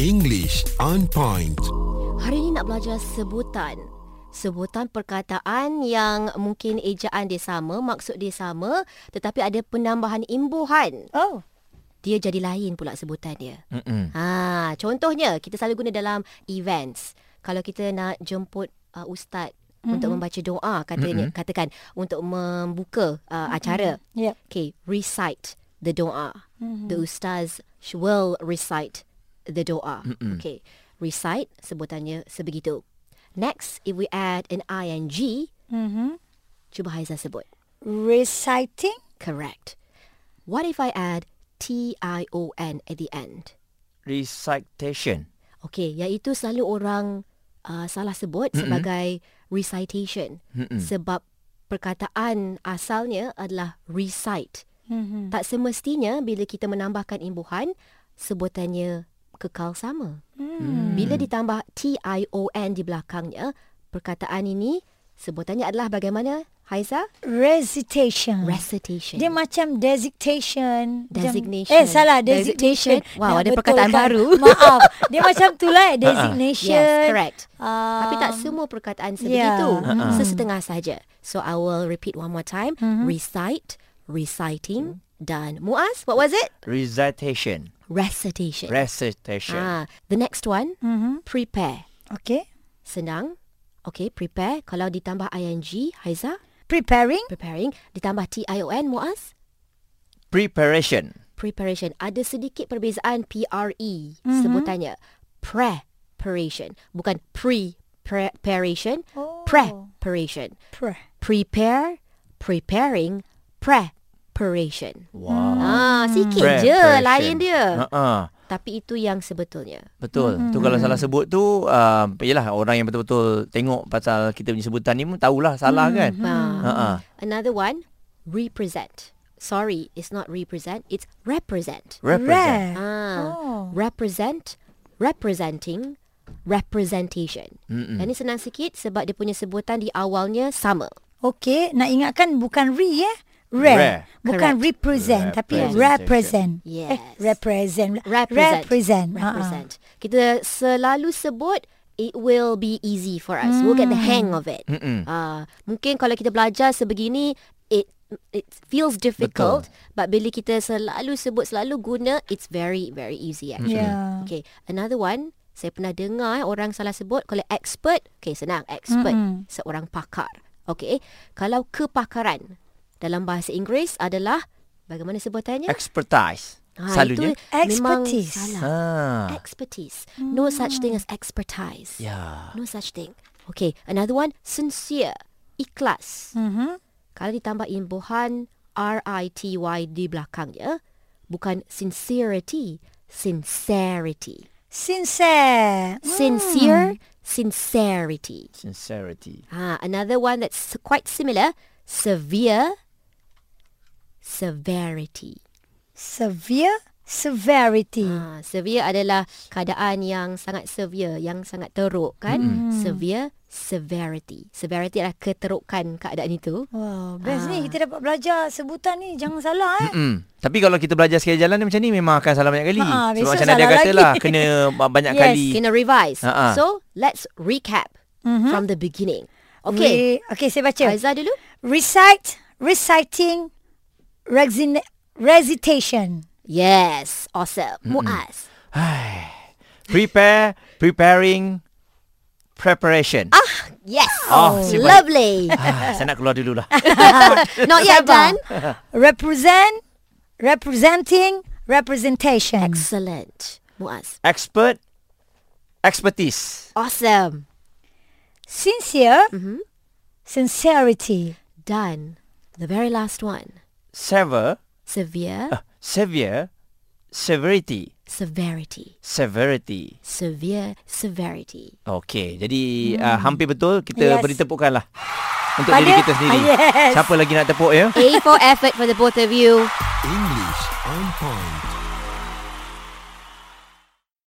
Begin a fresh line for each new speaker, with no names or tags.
English on point.
Hari ini nak belajar sebutan. Sebutan perkataan yang mungkin ejaan dia sama, maksud dia sama tetapi ada penambahan imbuhan.
Oh.
Dia jadi lain pula sebutan dia.
Mm-mm.
Ha, contohnya kita selalu guna dalam events. Kalau kita nak jemput uh, ustaz mm-hmm. untuk membaca doa katanya mm-hmm. katakan untuk membuka uh, mm-hmm. acara.
Yep.
Okay, recite the doa. Mm-hmm. The ustaz sh- will recite the doa. Mm-hmm. Okay, recite sebutannya sebegitu. Next, if we add an ing,
Mm-hmm.
cuba Haizah sebut.
Reciting.
Correct. What if I add T-I-O-N at the end?
Recitation.
Okey, iaitu selalu orang uh, salah sebut mm-hmm. sebagai recitation mm-hmm. sebab perkataan asalnya adalah recite. Mm-hmm. Tak semestinya bila kita menambahkan imbuhan sebutannya kekal sama. Mm. Bila ditambah T-I-O-N di belakangnya, perkataan ini sebutannya adalah bagaimana Haiza?
Recitation.
Recitation.
Dia macam designation. Macam-
Designation.
eh, salah.
Designation.
Designation.
Wow,
Nak
ada perkataan
betulkan.
baru.
Maaf. Dia macam tu lah. Designation.
Yes, correct.
Um,
Tapi tak semua perkataan sebegitu.
yeah.
uh, Yeah. Sesetengah saja. So I will repeat one more time. Mm-hmm. Recite, reciting dan Muaz, what was it?
Recitation.
Recitation.
Recitation.
ah, the next one, mm-hmm. prepare.
Okay.
Senang. Okay, prepare. Kalau ditambah ing, Haiza,
Preparing.
preparing. Ditambah tion, Muaz,
Preparation.
preparation. Ada sedikit perbezaan PRE mm-hmm. sebutannya. Preparation. Bukan pre-preparation.
Oh.
Preparation.
Pre.
prepare, preparing, preparation.
Wow.
Ah, sikit je
Preparation.
lain dia. Hmm.
Uh-uh.
Tapi itu yang sebetulnya.
Betul. Mm-hmm. Tu kalau salah sebut tu uh, yalah orang yang betul-betul tengok pasal kita punya sebutan ni pun tahulah salah mm-hmm. kan.
Hmm.
Uh-uh.
Another one, represent. Sorry, it's not represent, it's represent.
Re.
Represent.
Ah,
Oh.
represent, representing, representation. Mm-mm. Dan ni senang sikit sebab dia punya sebutan di awalnya sama.
Okey, nak ingatkan bukan re eh. Re.
Re.
Bukan
Correct.
represent tapi
Representation.
represent.
Yes.
Eh, represent.
Represent.
Represent. Uh-huh.
Represent. Kita selalu sebut it will be easy for us. Mm. We'll get the
Hmm.
hang of it. Uh, mungkin kalau kita belajar sebegini it it feels difficult Betul. but bila kita selalu sebut selalu guna it's very very easy actually.
Yeah.
Okay, another one saya pernah dengar eh, orang salah sebut kalau expert, okay senang expert mm-hmm. seorang pakar. Okay, kalau kepakaran dalam bahasa Inggeris adalah bagaimana sebutannya?
Expertise.
Ah, itu
Selalunya.
Eh. memang
Expertise.
salah.
Ha.
Expertise. No such thing as expertise.
Ya.
No such thing. Okay, another one, sincere, ikhlas.
Mhm.
Kalau ditambah imbuhan R-I-T-Y di belakangnya, bukan sincerity, sincerity.
Sincere. Hmm?
Sincere, sincerity.
Sincerity.
Ah, another one that's s- quite similar, severe, severity.
Severe severity.
Ha, severe adalah keadaan yang sangat severe, yang sangat teruk kan? Mm-hmm. Severe, severity. Severity adalah keterukan keadaan itu.
Wow, best ni kita dapat belajar sebutan ni jangan salah eh.
Mm. Tapi kalau kita belajar sekali jalan ni macam ni memang akan salah banyak kali.
Ha,
Sebab
besok
macam Nadia
salah
kata
lagi.
lah kena banyak
Yes,
kali.
Kena revise.
Ha-ha.
So, let's recap mm-hmm. from the beginning. Okay,
Re- okay, saya baca.
Aizah dulu.
Recite, reciting, rexin- recitation.
Yes, awesome. Muaz.
Prepare, preparing, preparation. Ah,
Yes.
Oh, si baik.
lovely.
saya nak keluar dulu lah.
Not yet
Sabar.
done.
Represent, representing, representation.
Excellent. Muaz.
Expert, expertise.
Awesome.
sincere, sincerity,
Done. The very last one.
Sever,
Severe,
uh, severe, severity.
severity.
Severity.
Severe, severity.
Okey, jadi hmm. uh, hampir betul
Yes.
kita beri tepukan lah untuk
Pada-
diri kita sendiri.
Ah, Yes.
Siapa lagi nak tepuk ya?
A for effort for the both of you.
English on point.